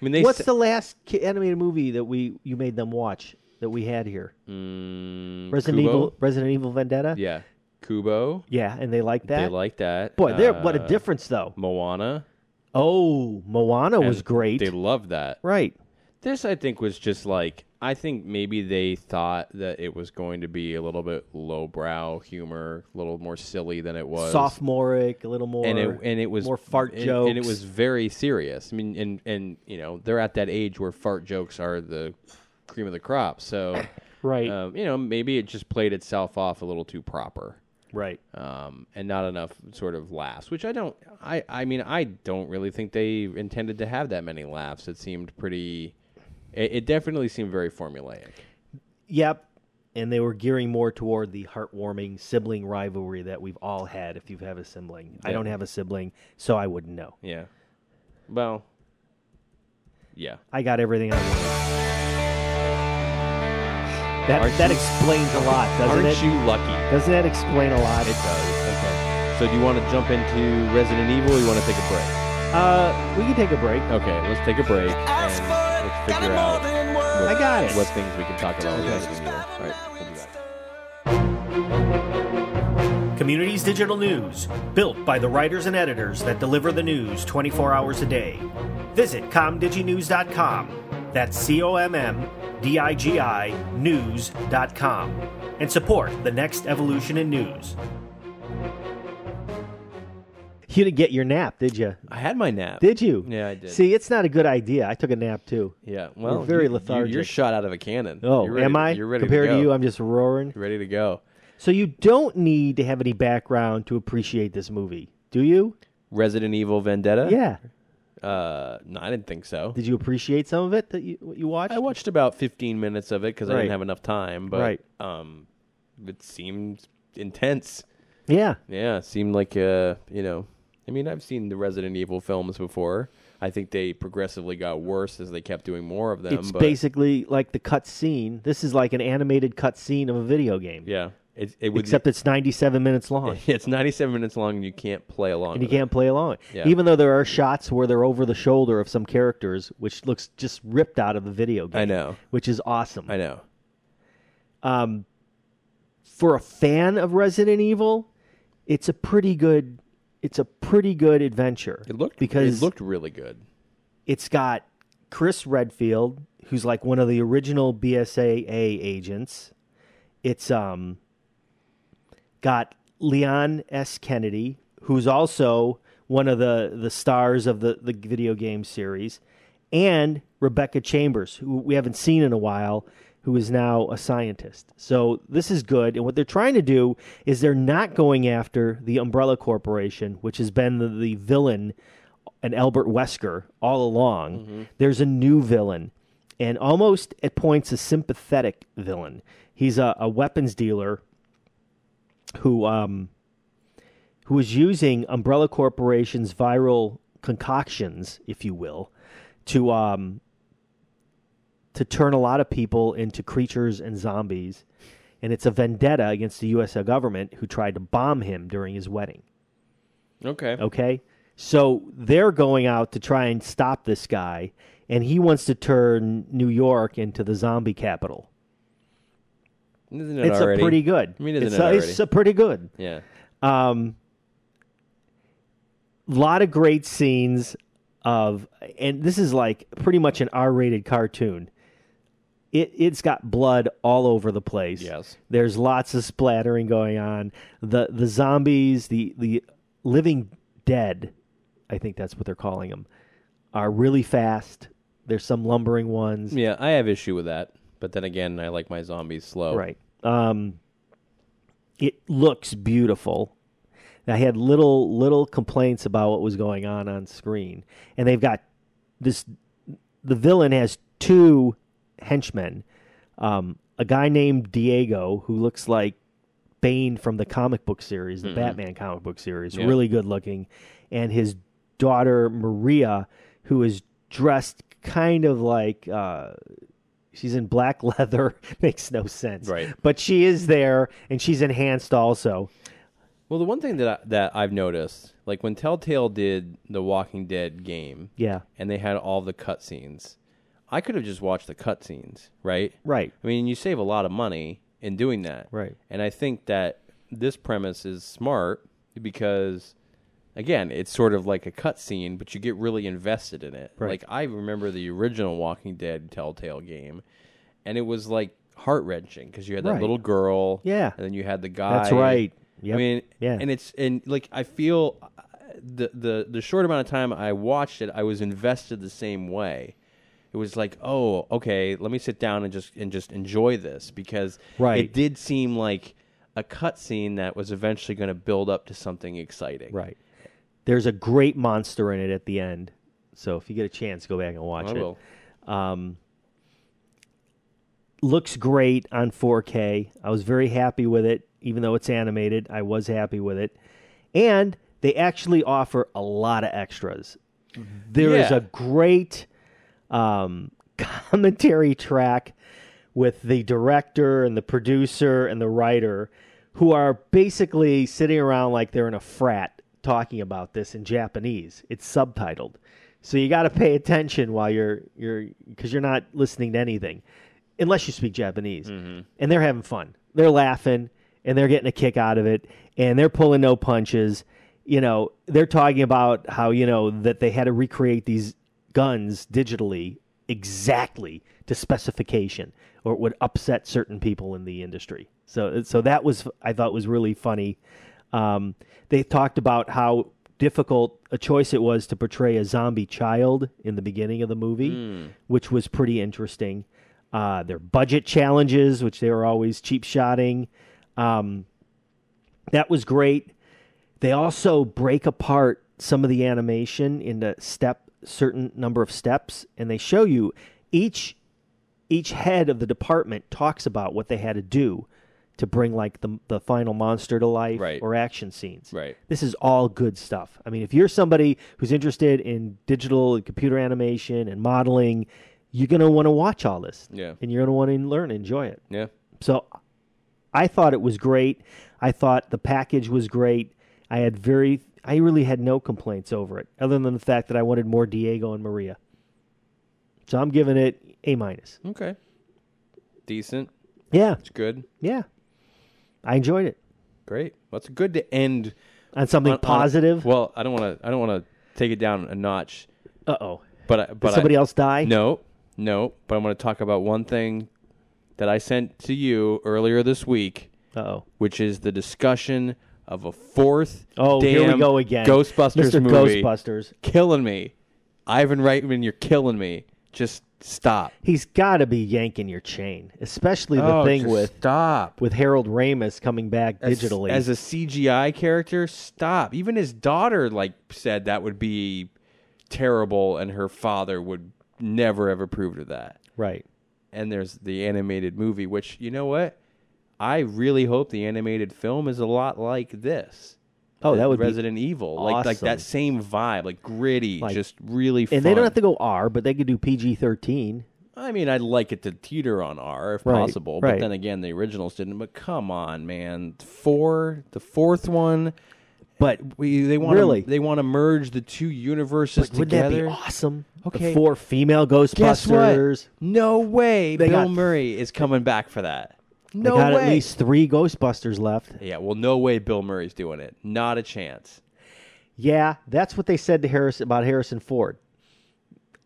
[SPEAKER 1] mean, they
[SPEAKER 2] What's
[SPEAKER 1] sa-
[SPEAKER 2] the last ki- animated movie that we you made them watch that we had here?
[SPEAKER 1] Mm,
[SPEAKER 2] Resident
[SPEAKER 1] Kubo?
[SPEAKER 2] Evil, Resident Evil Vendetta.
[SPEAKER 1] yeah, Kubo,
[SPEAKER 2] Yeah, and they liked that.
[SPEAKER 1] they like that.
[SPEAKER 2] Boy, there what a
[SPEAKER 1] Uh,
[SPEAKER 2] difference though.
[SPEAKER 1] Moana
[SPEAKER 2] Oh, Moana was
[SPEAKER 1] and
[SPEAKER 2] great.
[SPEAKER 1] They loved that.
[SPEAKER 2] right.
[SPEAKER 1] This, I think, was just like I think maybe they thought that it was going to be a little bit lowbrow humor, a little more silly than it was.
[SPEAKER 2] Sophomoric, a little more.
[SPEAKER 1] and it and it was
[SPEAKER 2] more fart
[SPEAKER 1] and,
[SPEAKER 2] jokes.
[SPEAKER 1] and it was very serious. I mean, and and you know they're at that age where fart jokes are the cream of the crop. So,
[SPEAKER 2] right,
[SPEAKER 1] um, you know, maybe it just played itself off a little too proper
[SPEAKER 2] right.
[SPEAKER 1] um, and not enough sort of laughs, which I don't. I I mean, I don't really think they intended to have that many laughs. It seemed pretty. It, it definitely seemed very formulaic.
[SPEAKER 2] Yep. And they were gearing more toward the heartwarming sibling rivalry that we've all had. If you have a sibling, I
[SPEAKER 1] Yeah.
[SPEAKER 2] don't have a sibling, so I wouldn't know.
[SPEAKER 1] Yeah. Well. Yeah.
[SPEAKER 2] I got everything I wanted. That,
[SPEAKER 1] Aren't
[SPEAKER 2] that
[SPEAKER 1] you-
[SPEAKER 2] explains a lot, doesn't
[SPEAKER 1] Aren't
[SPEAKER 2] it?
[SPEAKER 1] you lucky?
[SPEAKER 2] Doesn't that explain a lot?
[SPEAKER 1] It does. Okay. So do you want to jump into Resident Evil? or You want to take a break?
[SPEAKER 2] Uh, we can take a break.
[SPEAKER 1] Okay, let's take a break and let's figure out
[SPEAKER 2] I got it.
[SPEAKER 1] what things we can talk about with Resident Evil. All right, we'll be back.
[SPEAKER 3] Communities Digital News, built by the writers and editors that deliver the news 24 hours a day. Visit comdiginews.com. That's C O M M D I G I news.com. And support the next evolution in news.
[SPEAKER 2] You didn't get your nap, did you?
[SPEAKER 1] I had my nap.
[SPEAKER 2] Did you?
[SPEAKER 1] Yeah, I did.
[SPEAKER 2] See, it's not a good idea. I took a nap too.
[SPEAKER 1] Yeah, well,
[SPEAKER 2] very
[SPEAKER 1] you- you-
[SPEAKER 2] lethargic.
[SPEAKER 1] You're shot out of a cannon.
[SPEAKER 2] Oh,
[SPEAKER 1] You're ready-
[SPEAKER 2] am I?
[SPEAKER 1] You're ready
[SPEAKER 2] Compared
[SPEAKER 1] to, go.
[SPEAKER 2] you, I'm just roaring.
[SPEAKER 1] You're ready to go.
[SPEAKER 2] So you don't need to have any background to appreciate this movie, do you?
[SPEAKER 1] Resident Evil Vendetta.
[SPEAKER 2] Yeah.
[SPEAKER 1] Uh, no, I didn't think so.
[SPEAKER 2] Did you appreciate some of it that you what you watched?
[SPEAKER 1] I watched about 15 minutes of it because I
[SPEAKER 2] Right.
[SPEAKER 1] didn't have enough time, but
[SPEAKER 2] Right.
[SPEAKER 1] um, it seemed intense.
[SPEAKER 2] yeah,
[SPEAKER 1] Yeah, it seemed like uh, you know, I mean, I've seen the Resident Evil films before. I think they progressively got worse as they kept doing more of them.
[SPEAKER 2] it's
[SPEAKER 1] but
[SPEAKER 2] basically like the cut scene. This is like an animated cut scene of a video game,
[SPEAKER 1] yeah, it, it would
[SPEAKER 2] except it's 97 minutes long.
[SPEAKER 1] it's 97 minutes long and you can't play along.
[SPEAKER 2] And you
[SPEAKER 1] with it.
[SPEAKER 2] can't play along.
[SPEAKER 1] Yeah.
[SPEAKER 2] Even though there are shots where they're over the shoulder of some characters, which looks just ripped out of the video game.
[SPEAKER 1] I know.
[SPEAKER 2] Which is awesome.
[SPEAKER 1] I know.
[SPEAKER 2] um, for a fan of Resident Evil, it's a pretty good it's a pretty good adventure.
[SPEAKER 1] It looked
[SPEAKER 2] because
[SPEAKER 1] it looked really good.
[SPEAKER 2] it's got Chris Redfield, who's like one of the original BSAA agents. It's um got Leon S. Kennedy, who's also one of the the stars of the the video game series, and Rebecca Chambers, who we haven't seen in a while, who is now a scientist. So this is good. And what they're trying to do is they're not going after the Umbrella Corporation, which has been the, the villain and Albert Wesker all along. There's a new villain, and almost at points a sympathetic villain. He's a, a weapons dealer who um who is using Umbrella Corporation's viral concoctions, if you will, to um to turn a lot of people into creatures and zombies. And it's a vendetta against the US government who tried to bomb him during his wedding.
[SPEAKER 1] Okay.
[SPEAKER 2] Okay. So they're going out to try and stop this guy, and he wants to turn New York into the zombie capital.
[SPEAKER 1] Isn't it
[SPEAKER 2] it's
[SPEAKER 1] already?
[SPEAKER 2] a pretty good.
[SPEAKER 1] I mean, isn't
[SPEAKER 2] it's,
[SPEAKER 1] it
[SPEAKER 2] a,
[SPEAKER 1] already?
[SPEAKER 2] it's a pretty good.
[SPEAKER 1] yeah.
[SPEAKER 2] Um, lot of great scenes of, and this is like pretty much an R-rated cartoon. It it's got blood all over the place.
[SPEAKER 1] Yes.
[SPEAKER 2] there's lots of splattering going on. the The zombies, the the living dead, I think that's what they're calling them, are really fast. There's some lumbering ones.
[SPEAKER 1] Yeah, I have issue with that. But then again, I like my zombies slow.
[SPEAKER 2] Right. Um, it looks beautiful. I had little little complaints about what was going on on screen, and they've got this. The villain has two henchmen, um, a guy named Diego who looks like Bane from the comic book series, the Batman comic book series,
[SPEAKER 1] Mm-hmm. Yeah.
[SPEAKER 2] really good looking, and his daughter Maria, who is dressed kind of like. Uh, She's in black leather. Makes no sense.
[SPEAKER 1] Right.
[SPEAKER 2] But she is there and she's enhanced also.
[SPEAKER 1] Well, the one thing that I, that I've noticed, like when Telltale did the Walking Dead game,
[SPEAKER 2] Yeah.
[SPEAKER 1] and they had all the cutscenes, I could have just watched the cutscenes, right?
[SPEAKER 2] Right.
[SPEAKER 1] I mean, you save a lot of money in doing that.
[SPEAKER 2] Right.
[SPEAKER 1] And I think that this premise is smart because, again, it's sort of like a cutscene, but you get really invested in it.
[SPEAKER 2] Right.
[SPEAKER 1] Like, I remember the original Walking Dead Telltale game, and it was like heart wrenching because you had that
[SPEAKER 2] Right.
[SPEAKER 1] little girl.
[SPEAKER 2] Yeah.
[SPEAKER 1] And then you had the guy.
[SPEAKER 2] That's right. Yep.
[SPEAKER 1] I mean,
[SPEAKER 2] Yeah.
[SPEAKER 1] And it's, and like, I feel uh, the, the, the short amount of time I watched it, I was invested the same way it was like oh okay let me sit down and just and just enjoy this because
[SPEAKER 2] Right.
[SPEAKER 1] it did seem like a cutscene that was eventually going to build up to something exciting
[SPEAKER 2] Right. There's a great monster in it at the end. So if you get a chance, go back and watch
[SPEAKER 1] I
[SPEAKER 2] it.
[SPEAKER 1] will.
[SPEAKER 2] Um, looks great on 4K. I was very happy with it, even though it's animated. I was happy with it, and they actually offer a lot of extras. There is
[SPEAKER 1] Yeah.
[SPEAKER 2] a great um, commentary track with the director and the producer and the writer, who are basically sitting around like they're in a frat talking about this in Japanese. It's subtitled. So you got to pay attention while you're you're because you're not listening to anything, unless you speak Japanese. And they're having fun. They're laughing and they're getting a kick out of it and they're pulling no punches. You know, they're talking about how you know that they had to recreate these guns digitally exactly to specification, or it would upset certain people in the industry. So, so that was I thought was really funny. Um, they talked about how difficult a choice it was to portray a zombie child in the beginning of the movie, which was pretty interesting. Uh, their budget challenges, which they were always cheap shotting, um, that was great. They also break apart some of the animation into step certain number of steps and they show you each each head of the department talks about what they had to do to bring like the the final monster to life
[SPEAKER 1] Right.
[SPEAKER 2] or action scenes.
[SPEAKER 1] Right.
[SPEAKER 2] This is all good stuff. I mean, if you're somebody who's interested in digital and computer animation and modeling, you're going to want to watch all this.
[SPEAKER 1] Yeah.
[SPEAKER 2] And you're going to want to learn, enjoy it.
[SPEAKER 1] Yeah.
[SPEAKER 2] So I thought it was great. I thought the package was great. I had very I really had no complaints over it other than the fact that I wanted more Diego and Maria. So I'm giving it A minus.
[SPEAKER 1] Okay. Decent.
[SPEAKER 2] Yeah.
[SPEAKER 1] It's good.
[SPEAKER 2] Yeah. I enjoyed it.
[SPEAKER 1] Great. Well, it's good to end
[SPEAKER 2] On something
[SPEAKER 1] on- on-
[SPEAKER 2] positive.
[SPEAKER 1] well, I don't want to. I don't want to take it down a notch.
[SPEAKER 2] Uh-oh.
[SPEAKER 1] But I, but
[SPEAKER 2] Did somebody
[SPEAKER 1] I,
[SPEAKER 2] else die?
[SPEAKER 1] No, no. But I'm going to talk about one thing that I sent to you earlier this week,
[SPEAKER 2] Uh-oh.
[SPEAKER 1] which is the discussion of a fourth.
[SPEAKER 2] Oh,
[SPEAKER 1] damn
[SPEAKER 2] here we go again.
[SPEAKER 1] Ghostbusters
[SPEAKER 2] Mr.
[SPEAKER 1] movie.
[SPEAKER 2] Ghostbusters.
[SPEAKER 1] Killing me, Ivan Reitman. You're killing me. Just stop.
[SPEAKER 2] He's got to be yanking your chain, especially the
[SPEAKER 1] Oh,
[SPEAKER 2] thing
[SPEAKER 1] just
[SPEAKER 2] with
[SPEAKER 1] stop
[SPEAKER 2] with Harold Ramis coming back
[SPEAKER 1] As-
[SPEAKER 2] digitally.
[SPEAKER 1] as, a CGI character. Stop. Even his daughter like said that would be terrible, and her father would never have approved of that.
[SPEAKER 2] right.
[SPEAKER 1] and there's the animated movie, which you know what? I really hope the animated film is a lot like this.
[SPEAKER 2] Oh, that would be
[SPEAKER 1] Resident Evil, like like that
[SPEAKER 2] awesome.
[SPEAKER 1] same vibe, like gritty,
[SPEAKER 2] Like-
[SPEAKER 1] just really.
[SPEAKER 2] And they don't have to go R, but they could do PG thirteen.
[SPEAKER 1] I mean, I'd like it to teeter on R if
[SPEAKER 2] Right,
[SPEAKER 1] possible,
[SPEAKER 2] right.
[SPEAKER 1] but then again, the originals didn't. But come on, man, four, the fourth one.
[SPEAKER 2] But
[SPEAKER 1] We, they want
[SPEAKER 2] Really?
[SPEAKER 1] they want to merge the two universes
[SPEAKER 2] would that be
[SPEAKER 1] together.
[SPEAKER 2] awesome?
[SPEAKER 1] Okay.
[SPEAKER 2] the four female
[SPEAKER 1] Guess what?
[SPEAKER 2] Ghostbusters.
[SPEAKER 1] No way. Bill
[SPEAKER 2] got-
[SPEAKER 1] Murray is coming back for that. No
[SPEAKER 2] they got
[SPEAKER 1] way.
[SPEAKER 2] at least three Ghostbusters left.
[SPEAKER 1] Yeah, well, no way Bill Murray's doing it. Not a chance.
[SPEAKER 2] Yeah, that's what they said to Harris about Harrison Ford.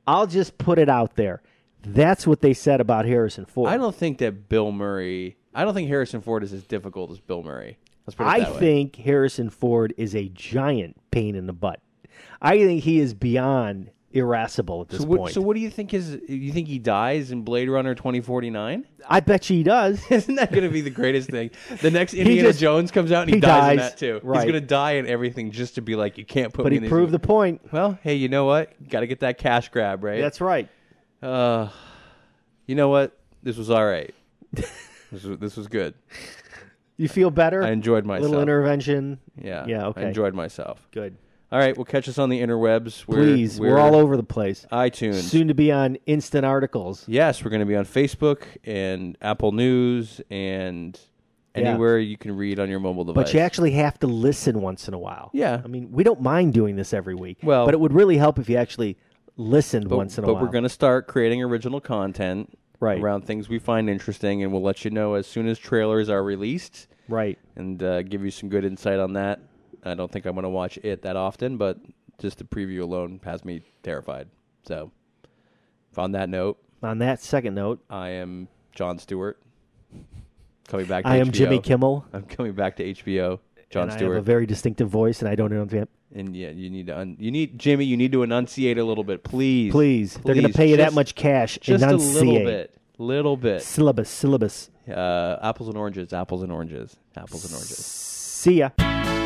[SPEAKER 2] I'll just put it out there. That's what they said about Harrison Ford.
[SPEAKER 1] I don't think that Bill Murray. I don't think Harrison Ford is as difficult as Bill Murray. Let's put it
[SPEAKER 2] I
[SPEAKER 1] that way.
[SPEAKER 2] think Harrison Ford is a giant pain in the butt. I think he is beyond irascible at this
[SPEAKER 1] So what,
[SPEAKER 2] point.
[SPEAKER 1] so what do you think is? You think he dies in Blade Runner twenty forty nine?
[SPEAKER 2] I bet you he does.
[SPEAKER 1] Isn't that going to be the greatest thing? The next Indiana
[SPEAKER 2] just-
[SPEAKER 1] Jones comes out and he,
[SPEAKER 2] he
[SPEAKER 1] dies,
[SPEAKER 2] dies,
[SPEAKER 1] in that too.
[SPEAKER 2] right.
[SPEAKER 1] He's going to die in everything just to be like, you can't put.
[SPEAKER 2] but
[SPEAKER 1] me
[SPEAKER 2] he
[SPEAKER 1] in these
[SPEAKER 2] proved the point.
[SPEAKER 1] Well, hey, you know what? Got to get that cash grab, right?
[SPEAKER 2] That's right.
[SPEAKER 1] Uh, you know what? This was all right. this, was, this was good.
[SPEAKER 2] You feel better?
[SPEAKER 1] I enjoyed myself.
[SPEAKER 2] Little intervention.
[SPEAKER 1] Yeah.
[SPEAKER 2] Yeah, okay.
[SPEAKER 1] I enjoyed myself.
[SPEAKER 2] Good.
[SPEAKER 1] All right, well, catch us on the interwebs. We're,
[SPEAKER 2] Please, we're, all over the place.
[SPEAKER 1] iTunes.
[SPEAKER 2] Soon to be on instant articles.
[SPEAKER 1] Yes, we're going to be on Facebook and Apple News and
[SPEAKER 2] Yeah.
[SPEAKER 1] anywhere you can read on your mobile device.
[SPEAKER 2] But you actually have to listen once in a while.
[SPEAKER 1] Yeah.
[SPEAKER 2] I mean, we don't mind doing this every week.
[SPEAKER 1] Well-
[SPEAKER 2] but it would really help if you actually listened
[SPEAKER 1] but,
[SPEAKER 2] once in a
[SPEAKER 1] but
[SPEAKER 2] while.
[SPEAKER 1] we're going to start creating original content
[SPEAKER 2] Right.
[SPEAKER 1] around things we find interesting, and we'll let you know as soon as trailers are released
[SPEAKER 2] Right.
[SPEAKER 1] and uh, give you some good insight on that. I don't think I'm going to watch it that often, but just the preview alone has me terrified. So, on that note,
[SPEAKER 2] On that second note,
[SPEAKER 1] I am John Stewart. Coming back to
[SPEAKER 2] I am
[SPEAKER 1] HBO.
[SPEAKER 2] Jimmy Kimmel.
[SPEAKER 1] I'm coming back to HBO. John
[SPEAKER 2] and I have
[SPEAKER 1] Stewart.
[SPEAKER 2] a very distinctive voice, and I don't understand.
[SPEAKER 1] and yeah, you need to un- you need Jimmy, you need to enunciate a little bit, please.
[SPEAKER 2] Please, they're going to
[SPEAKER 1] Please,
[SPEAKER 2] pay you that
[SPEAKER 1] just-
[SPEAKER 2] much cash.
[SPEAKER 1] Just
[SPEAKER 2] Enunciate.
[SPEAKER 1] a little bit. Little bit.
[SPEAKER 2] Syllabus, syllabus.
[SPEAKER 1] Uh, apples and oranges, apples and oranges, apples and oranges.
[SPEAKER 2] See ya.